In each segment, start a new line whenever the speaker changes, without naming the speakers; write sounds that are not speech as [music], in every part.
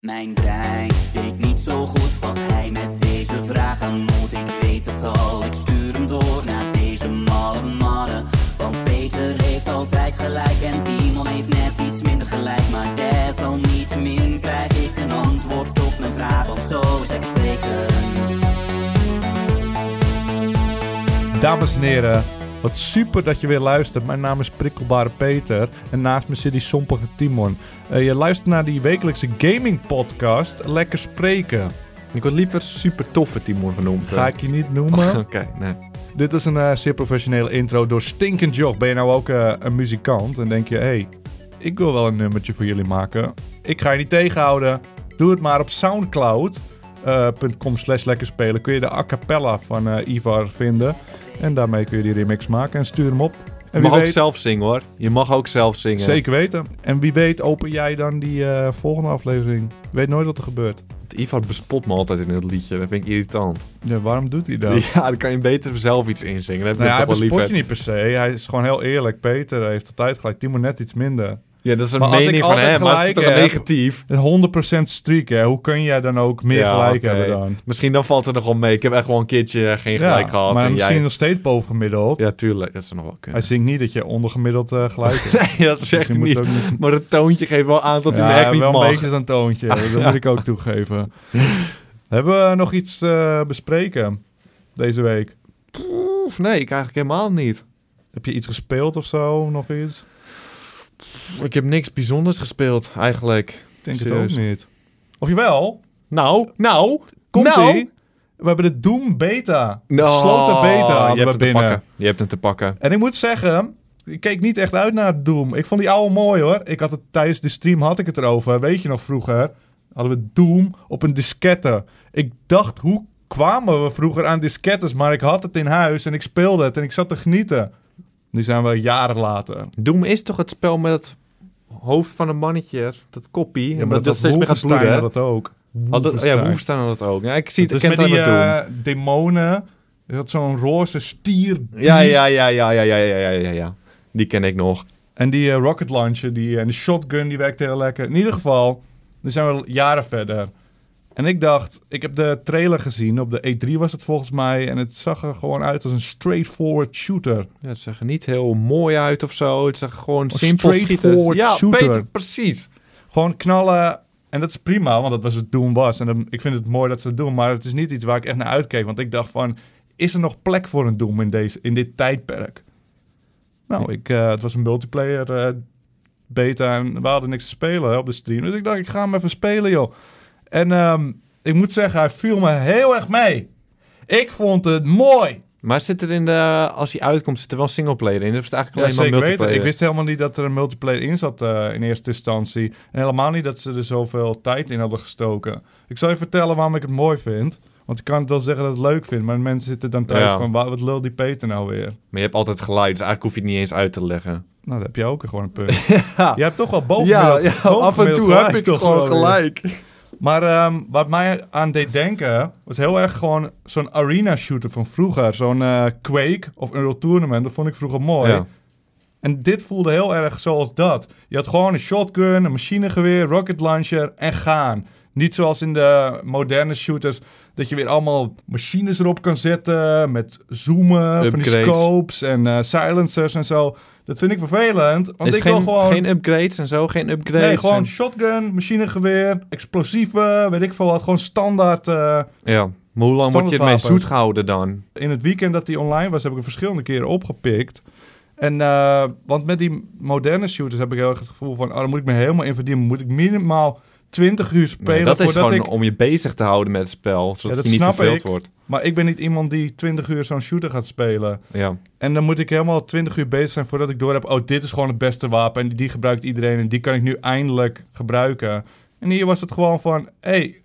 Mijn brein weet niet zo goed wat hij met deze vragen moet. Ik weet het al, ik stuur hem door naar deze malle mannen. Want Peter heeft altijd gelijk en Timon heeft net iets minder gelijk. Maar desalniettemin krijg ik een antwoord op mijn vraag, want zo is het spreken.
Dames en heren, wat super dat je weer luistert. Mijn naam is Prikkelbare Peter en naast me zit die sompige Timon. Eh, je luistert naar die wekelijkse gaming podcast Lekker Spreken.
Ik word liever super toffe Timon genoemd.
Ga ik je niet noemen. [laughs]
[laughs] Oké, nee.
Dit is een eh, zeer professionele intro door Stinkend Joch. Ben je nou ook eh, een muzikant en denk je, hé, hey, ik wil wel een nummertje voor jullie maken. Ik ga je niet tegenhouden. Doe het maar op soundcloud.com slash lekker spelen. Kun je de a cappella van eh, Ivar vinden. En daarmee kun je die remix maken en stuur hem op.
Je
En
mag ook zelf zingen hoor. Je mag ook zelf zingen.
Zeker weten. En wie weet open jij dan die eh, volgende aflevering. Je weet nooit wat er gebeurt.
Want Ivar bespot me altijd in het liedje. Dat vind ik irritant.
Ja, waarom doet hij dat?
[laughs] Ja, dan kan je beter zelf iets inzingen. Dat heb
[laughs] Nou ja,
ik
hij
toch wel
bespot je
liever.
niet per se. Hij is gewoon heel eerlijk. Peter heeft altijd gelijk. Timo net iets minder.
Ja, dat is een
Maar als ik
mening van
altijd
hem. Maar het is toch
gelijk heb-
negatief?
Een 100% streak, hè? Hoe kun jij dan ook meer
Ja,
gelijk
oké.
hebben dan?
Misschien dan valt het nog wel mee. Ik heb echt wel een keertje eh, geen gelijk gehad.
maar
en
misschien
jij...
nog steeds bovengemiddeld.
Ja, tuurlijk. Dat is nog wel
Hij
kunnen.
zingt niet dat je ondergemiddeld eh, gelijk hebt.
[laughs] Nee, dat zegt
Misschien
hij
moet
niet.
het ook niet.
Maar het toontje geeft wel aan dat hij
Ja,
me echt niet
wel
mag.
een beetje zo'n
[laughs]
toontje. Dat moet ik ook toegeven. Hebben we nog iets eh, bespreken deze week?
Oef, nee, ik eigenlijk helemaal niet.
Heb je iets gespeeld of zo? Nog iets?
Ik heb niks bijzonders gespeeld, eigenlijk.
Ik denk
Serieus.
het ook niet. Of jawel,
Nou, nou,
komt
nou.
ie. We hebben de Doom Beta. De
Nou,
gesloten beta
je
hadden
hebt
we
het te
binnen.
pakken. Je hebt het te pakken.
En ik moet zeggen, ik keek niet echt uit naar Doom. Ik vond die oude mooi hoor. Ik had het tijdens de stream had ik het erover. Weet je nog vroeger? Hadden we Doom op een diskette. Ik dacht, hoe kwamen we vroeger aan diskettes? Maar ik had het in huis en ik speelde het en ik zat te genieten. Nu zijn we jaren later.
Doom is toch het spel met het hoofd van een mannetje, dat koppie. en dat, dat steeds meer gaat
Wolfenstein
bloeden. hè?
had dat ook.
Had dat- ja,
Wolfenstein.
Wolfenstein had dat ook. Ja, ik zie het,
Het
ik
is
ken
met
het alleen
die
maar Doom.
eh, demonen. Je had zo'n roze stier.
ja, ja, ja, ja, ja, ja, ja, ja, ja, ja. Die ken ik nog.
En die eh, rocket launcher die, eh, en de shotgun die werkte heel lekker. In ieder geval, nu zijn we jaren verder. En ik dacht, ik heb de trailer gezien. Op de E3 was het volgens mij. En het zag er gewoon uit als een straightforward shooter.
Ja, het zag er niet heel mooi uit of zo. Het zag er gewoon simpel schieten.
straightforward
Ja,
shooter.
Peter, precies.
Gewoon knallen. En dat is prima, want dat was het doen was. En dan- ik vind het mooi dat ze het doen. Maar het is niet iets waar ik echt naar uitkeek. Want ik dacht van, is er nog plek voor een Doom in, deze, in dit tijdperk? Nou, ik, eh, het was een multiplayer eh, beta en we hadden niks te spelen hè, op de stream. Dus ik dacht, ik ga hem even spelen, joh. En ehm, ik moet zeggen, hij viel me heel erg mee. Ik vond het mooi.
Maar zit er in de, als hij uitkomt, zit er wel singleplayer in? Of is het eigenlijk
Ja,
alleen
zeker weten.
maar multiplayer?
Ik wist helemaal niet dat er een multiplayer in zat eh, in eerste instantie. En helemaal niet dat ze er zoveel tijd in hadden gestoken. Ik zal je vertellen waarom ik het mooi vind. Want ik kan het wel zeggen dat ik het leuk vind, maar de mensen zitten dan thuis
Ja.
van... "Wa- wat lul die Peter nou weer?
Maar je hebt altijd geluid, dus eigenlijk hoef je het niet eens uit te leggen.
Nou, dan heb je ook gewoon een
[laughs]
punt. Je hebt toch wel boven Maar ehm, wat mij aan deed denken, was heel erg gewoon zo'n arena shooter van vroeger. Zo'n eh, Quake of Unreal Tournament, dat vond ik vroeger mooi.
Ja.
En dit voelde heel erg zoals dat. Je had gewoon een shotgun, een machinegeweer, rocket launcher en gaan. Niet zoals in de moderne shooters, dat je weer allemaal machines erop kan zetten. Met zoomen, van die
Upgrades.
scopes en eh, silencers en zo. Dat vind ik vervelend, want
Is
ik
geen,
wil gewoon...
geen upgrades en zo, geen upgrades.
Nee, gewoon
en-
shotgun, machinegeweer, explosieven, weet ik veel wat. Gewoon standaard. eh.
Ja, maar hoe lang moet je ermee
Standaardwapen.
zoet houden dan?
in het weekend dat die online was, heb ik hem verschillende keren opgepikt. En, eh, want met die moderne shooters heb ik heel erg het gevoel van... Oh, daar moet ik me helemaal in verdienen. Moet ik minimaal 20 uur spelen
Nee, dat is
voordat
gewoon
ik...
om je bezig te houden met het spel, zodat
dat
je niet
snap
verveeld
ik.
wordt.
Maar ik ben niet iemand die 20 uur zo'n shooter gaat spelen.
Ja.
En dan moet ik helemaal 20 uur bezig zijn voordat ik door heb... Oh, dit is gewoon het beste wapen en die gebruikt iedereen... en die kan ik nu eindelijk gebruiken. En hier was het gewoon van... Hé, hey,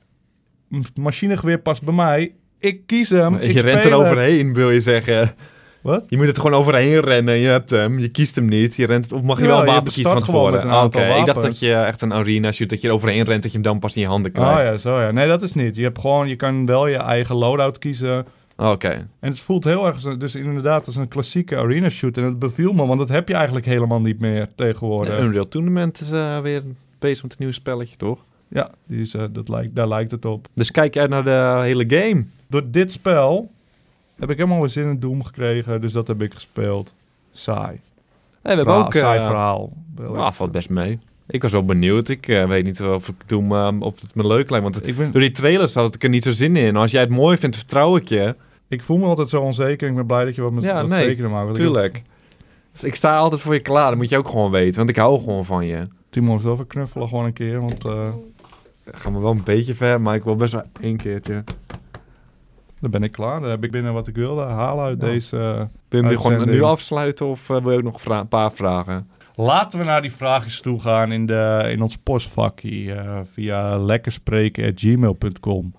m- machinegeweer past bij mij. Ik kies hem,
Maar
ik
je rent
speel
er
het.
overheen, wil je zeggen.
Wat?
Je moet het gewoon overheen rennen. Je hebt hem, je kiest hem niet. Je rent, of mag je
Jawel,
wel een
je
wapen kiezen van
bestart gewoon
tevoren?
met een
Ah, Oké,
aantal
ik dacht dat
wapens.
je echt een arena shoot, dat je er overheen rent, dat je hem dan pas in je handen
Oh
krijgt.
ja, zo ja. Nee, dat is niet. Je, hebt gewoon, je kan wel je eigen loadout kiezen.
Ah, Oké.
En het voelt heel erg, als een- dus inderdaad, als een klassieke arena shoot. En dat beviel me, want dat heb je eigenlijk helemaal niet meer tegenwoordig.
Unreal Tournament is eh, weer bezig met een nieuw spelletje, toch?
Ja, die is, eh, dat lijkt, daar lijkt het op.
Dus kijk uit naar de hele game.
Door dit spel heb ik helemaal weer zin in Doom gekregen. Dus dat heb ik gespeeld. Saai.
Nee, we hebben
Verhaal,
ook...
saai
eh,
verhaal. Wel
nou, valt best mee. Ik was wel benieuwd. Ik eh, weet niet of, ik Doom, eh, of het me leuk lijkt. Want
Ik, ben,
door die trailers had ik er niet zo zin in. Als jij het mooi vindt, vertrouw ik je.
ik voel me altijd zo onzeker. Ik ben blij dat je wat me
Ja,
wat
nee,
zekerder maakt. want ik heb-
Tuurlijk. Dus ik sta altijd voor je klaar. Dat moet je ook gewoon weten. Want ik hou gewoon van je.
Timon, zelf even knuffelen gewoon een keer. Want eh,
Ga me wel een beetje ver, maar ik wil best wel één keertje.
dan ben ik klaar. Dan heb ik binnen wat ik wilde. Halen uit
Ja.
deze... eh,
Wil je hem gewoon
Uitzending.
nu afsluiten of eh, wil je ook nog vra- een paar vragen?
Laten we naar die vraagjes toe gaan in, de, in ons postvakje eh via lekkerspreken.gmail.com.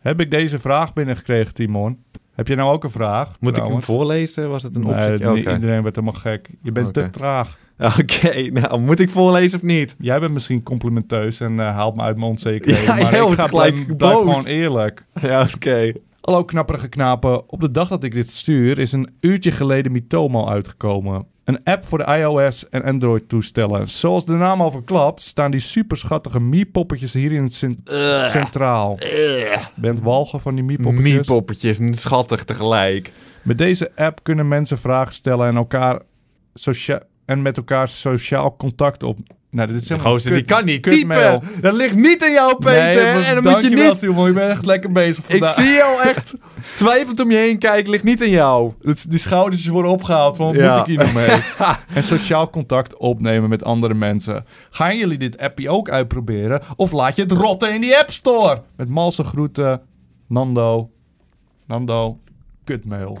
Heb ik deze vraag binnengekregen, Timon? Heb je nou ook een vraag?
Moet
trouwens?
ik hem voorlezen? Was het een
Nee,
opzetje?
niet
Oké,
Iedereen werd helemaal gek. Je bent te
Oké.
traag.
[laughs] Oké, nou moet ik voorlezen of niet? [laughs]
Jij bent misschien complimenteus en eh, haalt me uit mijn onzekerheid.
Ja,
maar
jij
ik
wordt
ga
gelijk
blijf, blijf
boos.
gewoon eerlijk.
Ja, oké.
Hallo knapperige knapen. Op de dag dat ik dit stuur is een uurtje geleden Mitomo uitgekomen. Een app voor de iOS en Android toestellen. Zoals de naam al verklapt staan die superschattige Mii-poppetjes hier in het cent- centraal. Bent walgen van die Mii-poppetjes?
Mie-poppetjes, en schattig tegelijk.
Met deze app kunnen mensen vragen stellen en, elkaar socia- en met elkaar sociaal contact op... Nou, dit is helemaal
Gozer,
kut-
die kan niet
kutmail.
typen. Dat ligt niet aan jou, Peter.
Nee, maar
en dan moet je
dankjewel,
niet...
Timon. Je bent echt lekker bezig
Ik
vandaag.
zie jou echt twijfelend om je heen kijken. Ligt niet aan jou.
Dat ze- die schoudertjes worden opgehaald. Van, wat
Ja.
moet ik hier nog
[laughs]
mee? en sociaal contact opnemen met andere mensen. Gaan jullie dit appje ook uitproberen? Of laat je het rotten in die App Store? Met malse groeten, Nando. Nando, kutmail.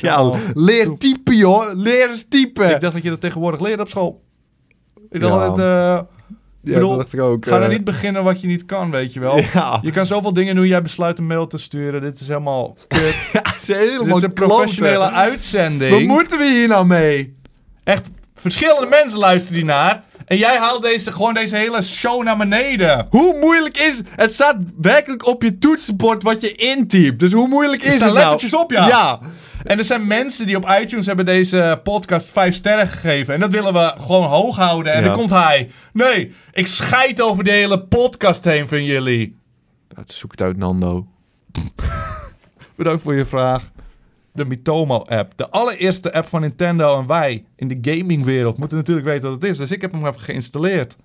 ja, leer typen, joh. Leer eens typen. [laughs]
Ik dacht dat je dat tegenwoordig leert op school. Ik dacht
Ja.
altijd, eh,
Ja,
bedoel,
dacht ik ook.
ga
eh.
nou niet beginnen wat je niet kan, weet je wel.
Ja,
Je kan zoveel dingen doen. Jij besluit een mail te sturen. Dit is helemaal kut.
het is helemaal
Dit is een
kloten.
professionele uitzending.
Wat moeten we hier nou mee?
Echt verschillende mensen luisteren die naar. En jij haalt deze, gewoon deze hele show naar beneden.
Hoe moeilijk is het? Het staat werkelijk op je toetsenbord wat je intypt. Dus hoe moeilijk is
staan
het nou?
lettertjes op, ja.
Ja.
En er zijn mensen die op iTunes hebben deze podcast 5 sterren gegeven. En dat willen we gewoon hoog houden. En
Ja.
dan komt hij. Nee, ik scheid over de hele podcast heen van jullie.
Ja, Zoek het uit, Nando.
Bedankt voor je vraag. De Mitomo-app. De allereerste app van Nintendo. En wij in de gamingwereld moeten natuurlijk weten wat het is. Dus ik heb hem even geïnstalleerd.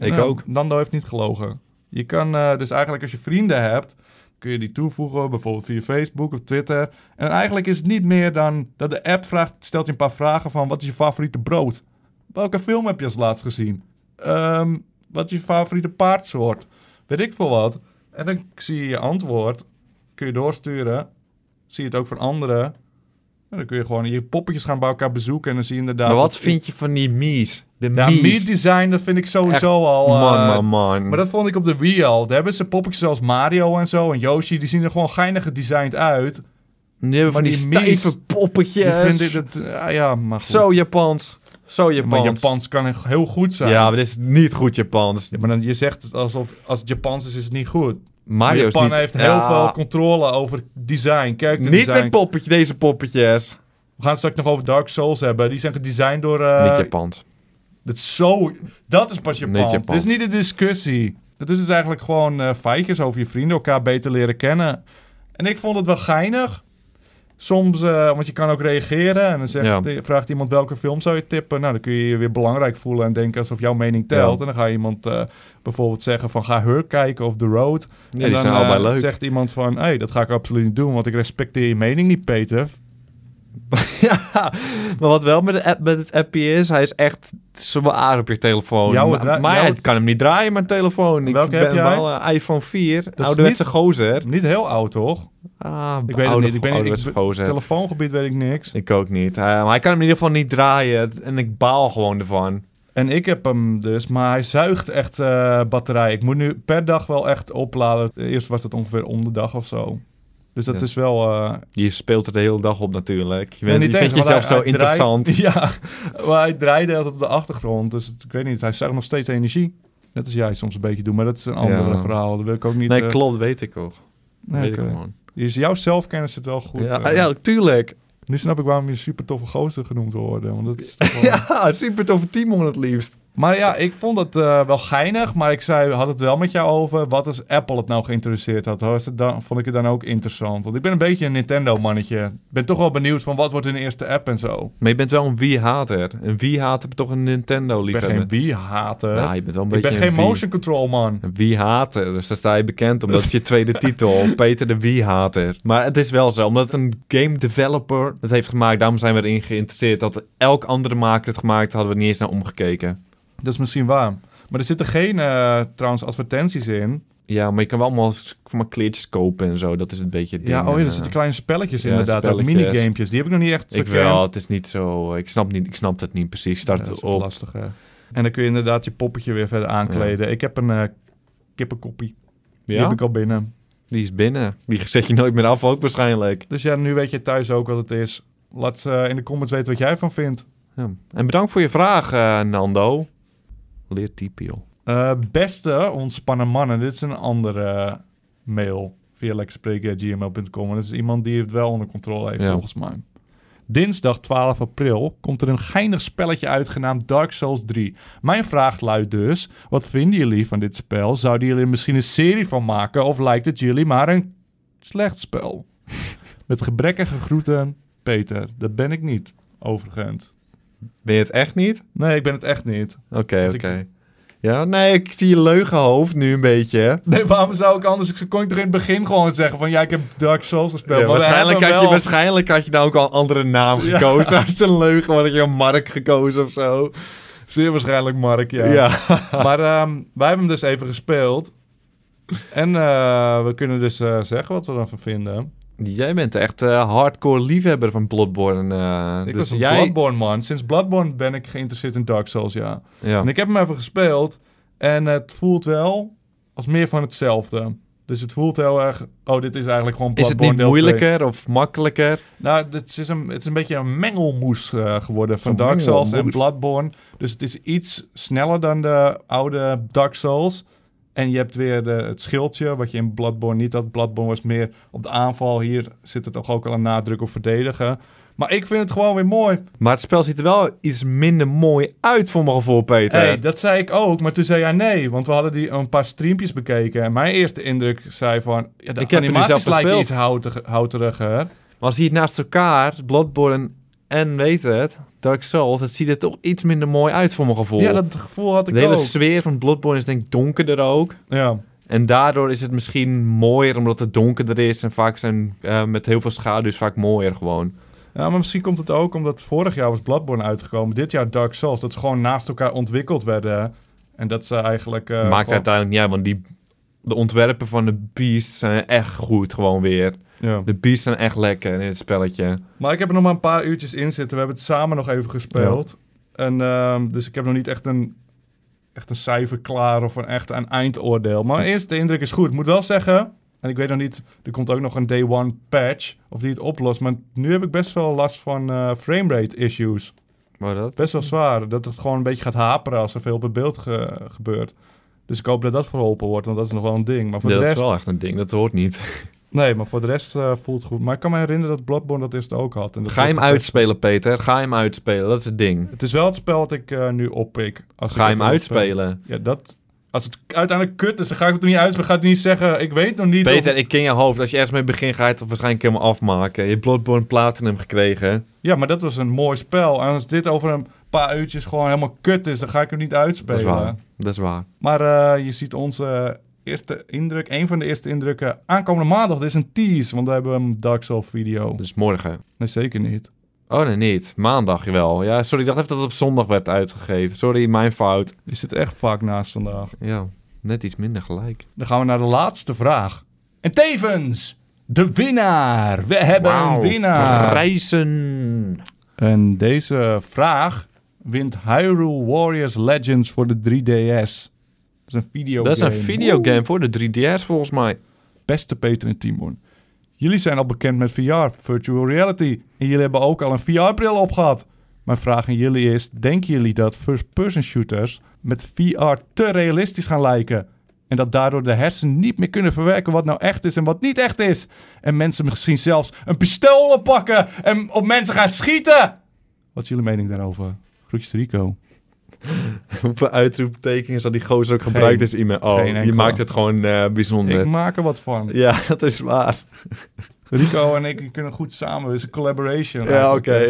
Ik
Nou,
ook.
Nando heeft niet gelogen. Je kan eh, dus eigenlijk als je vrienden hebt, kun je die toevoegen, bijvoorbeeld via Facebook of Twitter. En eigenlijk is het niet meer dan dat de app vraagt, stelt je een paar vragen van wat is je favoriete brood? Welke film heb je als laatst gezien? Ehm, wat is je favoriete paardsoort? Weet ik veel wat. En dan zie je je antwoord, kun je doorsturen, zie je het ook van anderen. En dan kun je gewoon je poppetjes gaan bij elkaar bezoeken en dan zie je inderdaad...
Maar wat
dat-
vind je van die mies? De
Ja,
mies.
meat design, dat vind ik sowieso al... eh,
man, man, man.
maar dat vond ik op de Wii al. Daar hebben ze poppetjes zoals Mario en zo en Yoshi. Die zien er gewoon geinig gedesigned uit.
die hebben van
maar
die,
die mies,
stijve
Die
poppetjes.
vinden dat... ah ja, maar goed.
Zo Japans. Zo
Ja, maar
Japans.
Japans kan echt heel goed zijn.
Ja, maar dit is niet goed Japans.
Ja, maar dan, je zegt het alsof als het Japans is, is het niet goed. Maar
Mario is
Japan
niet...
heeft heel
Ja,
veel controle over design, character
Niet
design.
met poppetje, deze poppetjes.
We gaan het straks nog over Dark Souls hebben. Die zijn gedesigned door... eh,
niet Japans. [laughs]
dat, is zo, dat is pas Japan.
Niet Japans.
Dit is niet de discussie. Het is dus eigenlijk gewoon eh, feitjes over je vrienden, elkaar beter leren kennen. En ik vond het wel geinig. Soms, eh, want je kan ook reageren en dan zegt,
Ja.
vraagt iemand welke film zou je tippen. Nou, dan kun je je weer belangrijk voelen en denken alsof jouw mening telt.
Ja.
En dan ga je iemand eh, bijvoorbeeld zeggen van ga Her kijken of The Road.
Nee,
en
die
dan
zijn
eh,
allebei leuk.
zegt iemand van, hé, hey, dat ga ik absoluut niet doen, want ik respecteer je mening niet, Peter.
Ja, maar wat wel met, de app, met het appje is, hij is echt zwaar op je telefoon.
Jouwe
maar
dra-
maar
jouwe-
ik kan hem niet draaien, mijn telefoon. Ik
Welke
ben
heb jij?
wel een iPhone 4,
is
ouderwetse
niet-
gozer.
Niet heel oud, toch?
Ah,
Ik weet het
oude-
niet. Ik ben- ik
ouderwetse
ben-
gozer.
Telefoongebied weet ik niks.
Ik ook niet. Eh, maar hij kan hem in ieder geval niet draaien en ik baal gewoon ervan.
En ik heb hem dus, maar hij zuigt echt eh, batterij. Ik moet nu per dag wel echt opladen. Eerst was dat ongeveer om de dag of zo. Dus dat
Ja.
is wel... eh,
Je speelt er de hele dag op natuurlijk. Je,
ben
bent,
niet
je vindt
tegen, want
jezelf
hij-
zo
hij draait-
interessant.
[laughs] ja, maar hij draaide altijd op de achtergrond. Dus het- ik weet niet, hij zuigt nog steeds energie. Net als jij soms een beetje doet, maar dat is een ander
Ja.
verhaal. Dat wil ik ook niet...
Nee,
eh,
klopt, weet ik ook.
nee,
weet
oké.
ik gewoon.
Dus jouw zelfkennis zit wel goed.
ja,
eh.
ja, tuurlijk. [laughs]
Nu snap ik waarom je super toffe gozer genoemd worden. Want dat is toch wel-
Ja, super toffe Timon het liefst.
Maar ja, ik vond het eh, wel geinig. Maar ik zei, had het wel met jou over. Wat als Apple het nou geïnteresseerd had? Was het dan, vond ik het dan ook interessant? Want ik ben een beetje een Nintendo-mannetje. Ik ben toch wel benieuwd van wat wordt hun eerste app en zo.
Maar je bent wel een Wii-hater. Een Wii-hater bent toch een
Ik ben geen
Nintendo-liefhebber?
Wii-hater.
Nou, je bent wel een
ik
beetje
ben geen
een Wii-
motion control man.
Een Wii-hater. Dus daar sta je bekend om. Dat is je
[laughs]
tweede titel. Peter de Wii-hater. Maar het is wel zo. Omdat een game developer het heeft gemaakt. Daarom zijn we erin geïnteresseerd. Dat elk andere maker het gemaakt had, hadden we niet eens naar omgekeken.
Dat is misschien waar. Maar er zitten geen eh, trouwens advertenties in.
Ja, maar je kan wel allemaal s- van mijn kleertjes kopen en zo. Dat is een beetje het ding.
Ja, oh ja,
En,
er
eh,
zitten kleine spelletjes
ja,
inderdaad. Ook
spelletjes.
minigamepjes. Die heb ik nog niet echt
Ik
verkend.
wel. Het is niet zo... eh, Ik snap, niet, ik snap het niet precies. Start
dat is
op.
lastig. hè. En dan kun je inderdaad je poppetje weer verder aankleden. Ik heb een eh kippenkoppie. Die
Ja?
heb ik al binnen.
Die is binnen. Die [laughs] zet je nooit meer af ook waarschijnlijk.
Dus ja, nu weet je thuis ook wat het is. Laat eh, in de comments weten wat jij van vindt.
Ja. En bedankt voor je vraag, eh, Nando. Leer typiel.
Eh, beste ontspannen mannen, dit is een andere eh, mail via lexspreken.gmail.com. En dat is iemand die het wel onder controle heeft,
Ja.
volgens mij. Dinsdag 12 april komt er een geinig spelletje uit genaamd Dark Souls 3. Mijn vraag luidt dus, wat vinden jullie van dit spel? Zouden jullie er misschien een serie van maken of lijkt het jullie maar een slecht spel? Met gebrekkige groeten, Peter. Dat ben ik niet, overigens.
Ben je het echt niet?
Nee, ik ben het echt niet.
Oké,
Want
oké.
ik-
Ja, nee, ik zie je leugenhoofd nu een beetje. hè?
Nee, waarom zou ik anders? Ik kon ik er in het begin gewoon zeggen van ja, ik heb Dark Souls gespeeld.
Ja,
maar we
waarschijnlijk,
hebben
had je,
wel-
waarschijnlijk had je nou ook al een andere naam gekozen. [laughs] Als het een leugen was, had je een Mark gekozen of zo.
Zeer waarschijnlijk Mark, ja.
Ja.
Maar ehm, wij hebben hem dus even gespeeld. En eh, we kunnen dus eh, zeggen wat we ervan vinden.
Jij bent echt eh, hardcore liefhebber van Bloodborne. eh,
Ik
dus
was een
jij...
Bloodborne man. Sinds Bloodborne ben ik geïnteresseerd in Dark Souls, ja.
Ja.
En ik heb hem even gespeeld. En het voelt wel als meer van hetzelfde. Dus het voelt heel erg... Oh, dit is eigenlijk gewoon
Is het
Bloodborne
niet
deel twee.
moeilijker of makkelijker?
Nou, het is een, het is een beetje een mengelmoes eh, geworden van
Een
Dark Souls en
mengelmoes.
Bloodborne. Dus het is iets sneller dan de oude Dark Souls. En je hebt weer de, het schildje, wat je in Bloodborne niet had. Bloodborne was meer op de aanval. Hier zit het toch ook al een nadruk op verdedigen. Maar ik vind het gewoon weer mooi.
Maar het spel ziet er wel iets minder mooi uit voor mijn gevoel, Peter.
Hey, dat zei ik ook, maar toen zei jij nee. Want we hadden die een paar streampjes bekeken. En mijn eerste indruk zei van... Ja, de
Ik heb er niet
animaties
zelf
lijken
gespeeld.
iets houtig- houteriger.
Maar als je het naast elkaar, Bloodborne en weet het, Dark Souls, het ziet er toch iets minder mooi uit voor mijn gevoel.
Ja, dat gevoel had ik
de hele
ook.
sfeer van Bloodborne is denk ik donkerder ook.
Ja.
En daardoor is het misschien mooier omdat het donkerder is. En vaak zijn eh, met heel veel schaduws vaak mooier gewoon.
Ja, maar misschien komt het ook omdat vorig jaar was Bloodborne uitgekomen. Dit jaar Dark Souls. Dat ze gewoon naast elkaar ontwikkeld werden. En dat ze eigenlijk... eh,
Maakt
gewoon-
uiteindelijk niet uit, want die, de ontwerpen van de Beast zijn echt goed gewoon weer.
Ja.
De Beasts zijn echt lekker in het spelletje.
Maar ik heb er nog maar een paar uurtjes in zitten. We hebben het samen nog even gespeeld. En, ehm, dus ik heb nog niet echt een, echt een cijfer klaar of een echt een eindoordeel. Maar eerst, de indruk is goed. Ik moet wel zeggen... En ik weet nog niet, er komt ook nog een day one patch of die het oplost. Maar nu heb ik best wel last van eh, framerate issues.
Maar dat?
best wel zwaar. Dat het gewoon een beetje gaat haperen als er veel op het beeld ge- gebeurt. Dus ik hoop dat dat verholpen wordt, want dat is nog wel een ding. Maar voor
dat
de
is
rest,
wel echt een ding, dat hoort niet.
nee, maar voor de rest eh, voelt het goed. Maar ik kan me herinneren dat Bloodborne dat eerst ook had. En dat
Ga je hem
soort-
uitspelen, Peter. Ga je hem uitspelen, dat is het ding.
Het is wel het spel dat ik eh, nu oppik. Als
Ga
ik
je hem
even-
uitspelen.
Ja, dat... Als het uiteindelijk kut is, dan ga ik het er niet uitspelen. Ga ik het niet zeggen, ik weet nog niet.
Peter,
of-
ik ken je hoofd. Als je ergens mee begint, ga je het toch waarschijnlijk helemaal afmaken. Je hebt Bloodborne Platinum gekregen.
Ja, maar dat was een mooi spel. En als dit over een paar uurtjes gewoon helemaal kut is, dan ga ik hem niet
Dat
uitspelen.
is waar. Dat is waar.
Maar eh, je ziet onze eerste indruk, een van de eerste indrukken, aankomende maandag. Dit is een tease, want we hebben een Dark Souls video.
Dus morgen.
Nee, zeker niet.
Oh nee, niet. Maandag wel. Ja, sorry, ik dacht even dat het op zondag werd uitgegeven. Sorry, mijn fout.
Je zit echt vaak naast vandaag.
Ja, net iets minder gelijk.
Dan gaan we naar de laatste vraag. En tevens, de winnaar. We hebben een winnaar.
Reizen.
En deze vraag wint Hyrule Warriors Legends voor de 3DS. Dat is een video.
Dat is een videogame voor de 3DS volgens mij.
Beste Peter en Timon. Jullie zijn al bekend met VR, virtual reality. En jullie hebben ook al een VR-bril op gehad. Mijn vraag aan jullie is: denken jullie dat first-person shooters met VR te realistisch gaan lijken? En dat daardoor de hersenen niet meer kunnen verwerken wat nou echt is en wat niet echt is. En mensen misschien zelfs een pistool pakken en op mensen gaan schieten. Wat is jullie mening daarover? Groetjes Rico.
[laughs] Hoeveel uitroeptekens had die gozer ook gebruikt
Geen.
is iemand. Oh,
Geen
je
enkele.
maakt het gewoon eh, bijzonder.
Ik maak er wat van.
Ja, [laughs] dat is waar.
Rico en ik kunnen goed samen. Het is een collaboration.
ja,
eigenlijk.
oké. [laughs]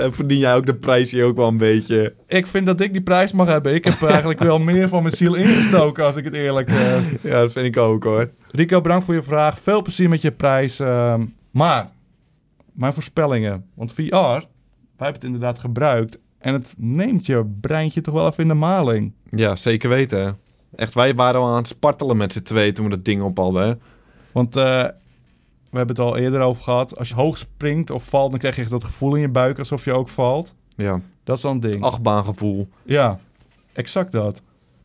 eh, Verdien jij ook de prijs hier ook wel een beetje.
Ik vind dat ik die prijs mag hebben. Ik heb eigenlijk wel meer van mijn ziel ingestoken, als ik het eerlijk... eh,
Ja, dat vind ik ook hoor.
Rico, bedankt voor je vraag. Veel plezier met je prijs. ehm, maar, mijn voorspellingen. Want VR, wij hebben het inderdaad gebruikt. En het neemt je breintje toch wel even in de maling.
Ja, zeker weten. Echt, wij waren al aan het spartelen met z'n twee toen we dat ding op hadden. hè.
Want eh, we hebben het al eerder over gehad. Als je hoog springt of valt, dan krijg je echt dat gevoel in je buik alsof je ook valt.
Ja,
Dat is dan een ding.
achtbaangevoel.
Ja, exact dat.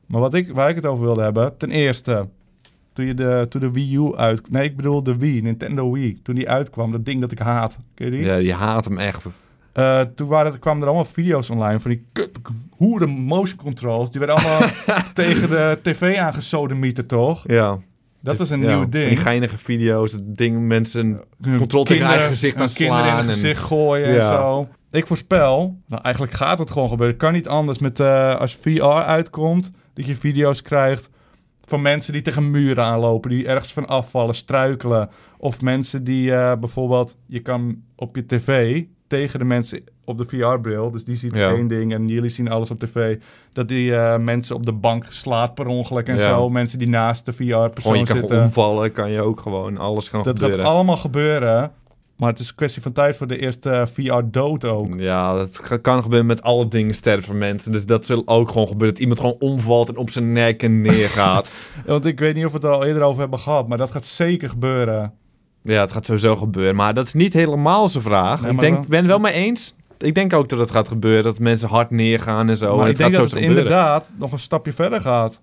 Maar wat ik, waar ik het over wilde hebben, ten eerste, toen, je de, toen de Wii U uit... Nee, ik bedoel de Wii, Nintendo Wii. Toen die uitkwam, dat ding dat ik haat. Ken je die?
Ja, je haat hem echt.
Eh, toen waren, er- kwamen er allemaal video's online van die kut, hoeren motion controls. Die werden
[laughs]
allemaal tegen de tv aangesodemieten, toch?
Ja.
Dat is een
Ja.
nieuw
Van Die
ding.
geinige video's, dat ding, mensen... Controle tegen
Kinderen-
eigen gezicht
en
aan
kinderen in
slaan
het
en-
gezicht gooien en
Ja.
zo. Ik voorspel, nou eigenlijk gaat het gewoon gebeuren. Het kan niet anders met eh, als VR uitkomt, dat je video's krijgt van mensen die tegen muren aanlopen, die ergens van afvallen, struikelen. Of mensen die eh, bijvoorbeeld, je kan op je tv tegen de mensen op de VR-bril, dus die ziet
Ja.
één ding en jullie zien alles op tv, dat die eh, mensen op de bank slaat per ongeluk en
Ja.
zo. Mensen die naast de
Gewoon, je
VR-persoon
kan
zitten.
omvallen, kan je ook gewoon, alles kan
Dat gaat
gebeuren.
allemaal gebeuren. Maar het is een kwestie van tijd voor de eerste eh, VR-dood ook.
Ja, dat ga- kan gebeuren met alle dingen sterven van mensen. Dus dat zal ook gewoon gebeuren. Dat iemand gewoon omvalt en op zijn nek
[laughs]
en neergaat.
Want ik weet niet of we het er al eerder over hebben gehad, maar dat gaat zeker gebeuren.
ja, het gaat sowieso gebeuren. Maar dat is niet helemaal zijn vraag.
Nee,
ik
maar
denk,
wel-
ben het wel mee eens. Ik denk ook dat het gaat gebeuren. Dat mensen hard neergaan en zo.
maar
en
ik
het
denk
gaat
dat
zo
het
gebeuren.
inderdaad nog een stapje verder gaat.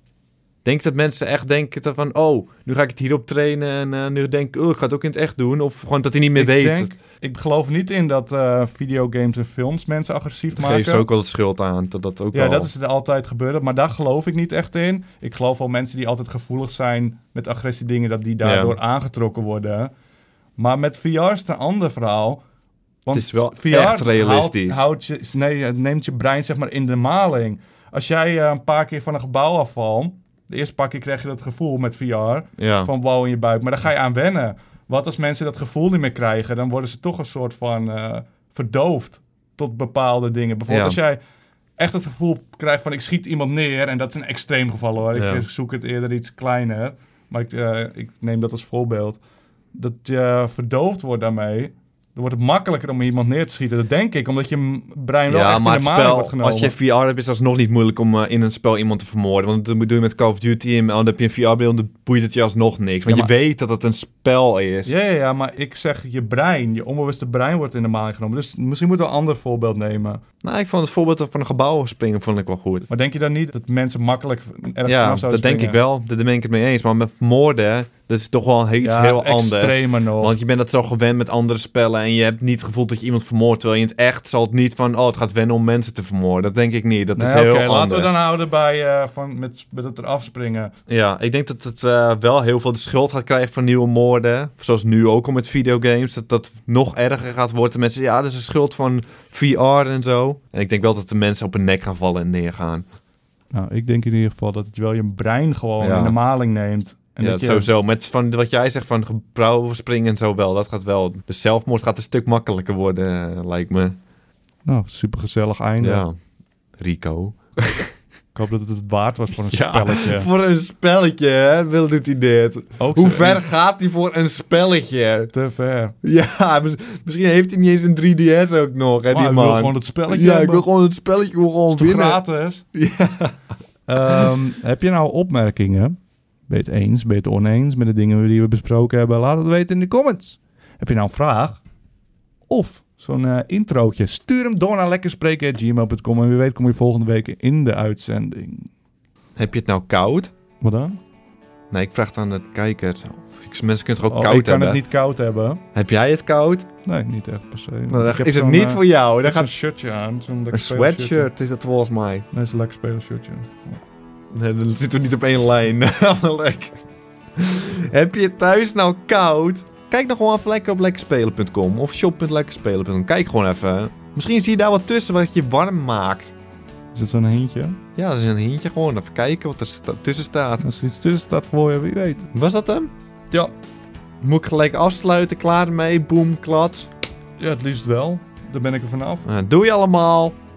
Denk dat mensen echt denken van... Oh, nu ga ik het hierop trainen. En eh, nu denk ik, oh, ik ga het ook in het echt doen. Of gewoon dat hij niet meer
ik,
weet.
denk, ik geloof niet in dat eh, videogames en films mensen agressief
Daar
maken.
geeft ze ook wel de schuld aan. Dat dat ook
ja,
wel-
dat is er altijd gebeurd. Maar daar geloof ik niet echt in. Ik geloof wel mensen die altijd gevoelig zijn met agressiedingen, dat die daardoor aangetrokken worden. Maar met VR is het een ander verhaal. Want
Het is wel
VR
echt realistisch.
Houdt, houdt je, nee, het neemt je brein zeg maar in de maling. Als jij eh, een paar keer van een gebouw afvalt, de eerste paar keer krijg je dat gevoel met VR
Ja.
van wow in je buik. Maar daar ga je aan wennen. Wat als mensen dat gevoel niet meer krijgen? Dan worden ze toch een soort van eh, verdoofd tot bepaalde dingen. Bijvoorbeeld
Ja.
als jij echt het gevoel krijgt van ik schiet iemand neer. En dat is een extreem geval hoor.
Ja.
Ik eh, zoek het eerder iets kleiner. Maar ik, eh, ik neem dat als voorbeeld. Dat je verdoofd wordt daarmee. Dan wordt het makkelijker om iemand neer te schieten. Dat denk ik, omdat je m- brein wel
Ja,
echt
maar
in
het
de maling wordt
spel,
genomen.
als je VR hebt, is het alsnog niet moeilijk om eh, in een spel iemand te vermoorden. Want dat doe je met Call of Duty en dan heb je een VR-bril, dan boeit het je alsnog niks. Want
Ja,
je weet dat het een spel is.
Ja, ja, ja, maar ik zeg je brein, je onbewuste brein wordt in de maling genomen. Dus misschien moeten we een ander voorbeeld nemen.
Nou, ik vond het voorbeeld van een gebouw springen vond ik wel goed.
Maar denk je dan niet dat mensen makkelijk ergens
ja,
vanaf
dat
zouden
denk ik wel. Daar ben ik het mee eens. Maar met vermoorden, dat is toch wel he- iets heel anders.
extremer nog.
Want je bent dat zo gewend met andere spellen en je hebt niet het gevoel dat je iemand vermoordt. Terwijl je in het echt zal het niet van, oh, het gaat wennen om mensen te vermoorden. Dat denk ik niet. Dat
Nee,
is
oké,
heel anders.
laten we dan houden bij eh, van met, met het eraf springen.
Ja, ik denk dat het eh, wel heel veel de schuld gaat krijgen van nieuwe moorden. Zoals nu ook al met videogames. Dat dat nog erger gaat worden. Mensen zeggen, ja, dat is de schuld van VR en zo. En ik denk wel dat de mensen op hun nek gaan vallen en neergaan.
Nou, ik denk in ieder geval dat het wel je brein gewoon
Ja.
in de maling neemt. En
ja,
dat je,
sowieso. Met van wat jij zegt van gebrouwen springen en zo wel. Dat gaat wel. De zelfmoord gaat een stuk makkelijker worden, eh, lijkt me.
Nou, supergezellig einde.
Ja. Rico.
Ik hoop dat het het waard was voor een
Ja.
spelletje.
[laughs] Voor een spelletje, hè? Wil doet hij dit?
Ook
Hoe
zo-
ver gaat hij voor een spelletje? [laughs]
Te ver.
Ja, mis- misschien heeft hij niet eens een 3DS ook nog, hè,
Maar
die
ik
man.
wil gewoon het spelletje
ja, ik
hebben.
wil gewoon het spelletje ik wil gewoon
Het is toch
winnen. [laughs]
gratis? Ehm, heb je nou opmerkingen? Ben je het eens? Ben je het oneens met de dingen die we besproken hebben? Laat het weten in de comments. Heb je nou een vraag? Of zo'n eh introotje? Stuur hem door naar lekkerspreken.gmail.com en wie weet kom je volgende week in de uitzending.
Heb je het nou koud?
Wat dan?
Nee, ik vraag het aan de kijkers. Ik- Mensen kunnen het
Oh,
ook
ik
koud
kan
hebben.
het niet koud hebben.
Heb jij het koud?
Nee, niet echt per se. Want
Nou,
ik
dan
heb
is het
zo'n,
niet
eh,
voor jou.
ik
Dan
heb
gaat
zo'n shirtje aan. Zo'n
een sweatshirt is dat volgens mij.
Nee, is een lekker spelershirtje. Ja.
Nee, dan zitten we niet op één lijn. [laughs] Namelijk. Heb je het thuis nou koud? Kijk dan gewoon even lekker op lekkerspelen.com of shop.lekkerspelen.com. Kijk gewoon even. Misschien zie je daar wat tussen wat je warm maakt.
Is dat zo'n hintje?
Ja, dat is een hintje gewoon. Even kijken wat er sta- tussen staat.
Als er iets tussen staat voor je, wie weet.
Was dat hem?
Ja.
Moet ik gelijk afsluiten, klaar ermee, boom, klats.
Ja, het liefst wel. Daar ben ik er vanaf.
Eh, doei allemaal.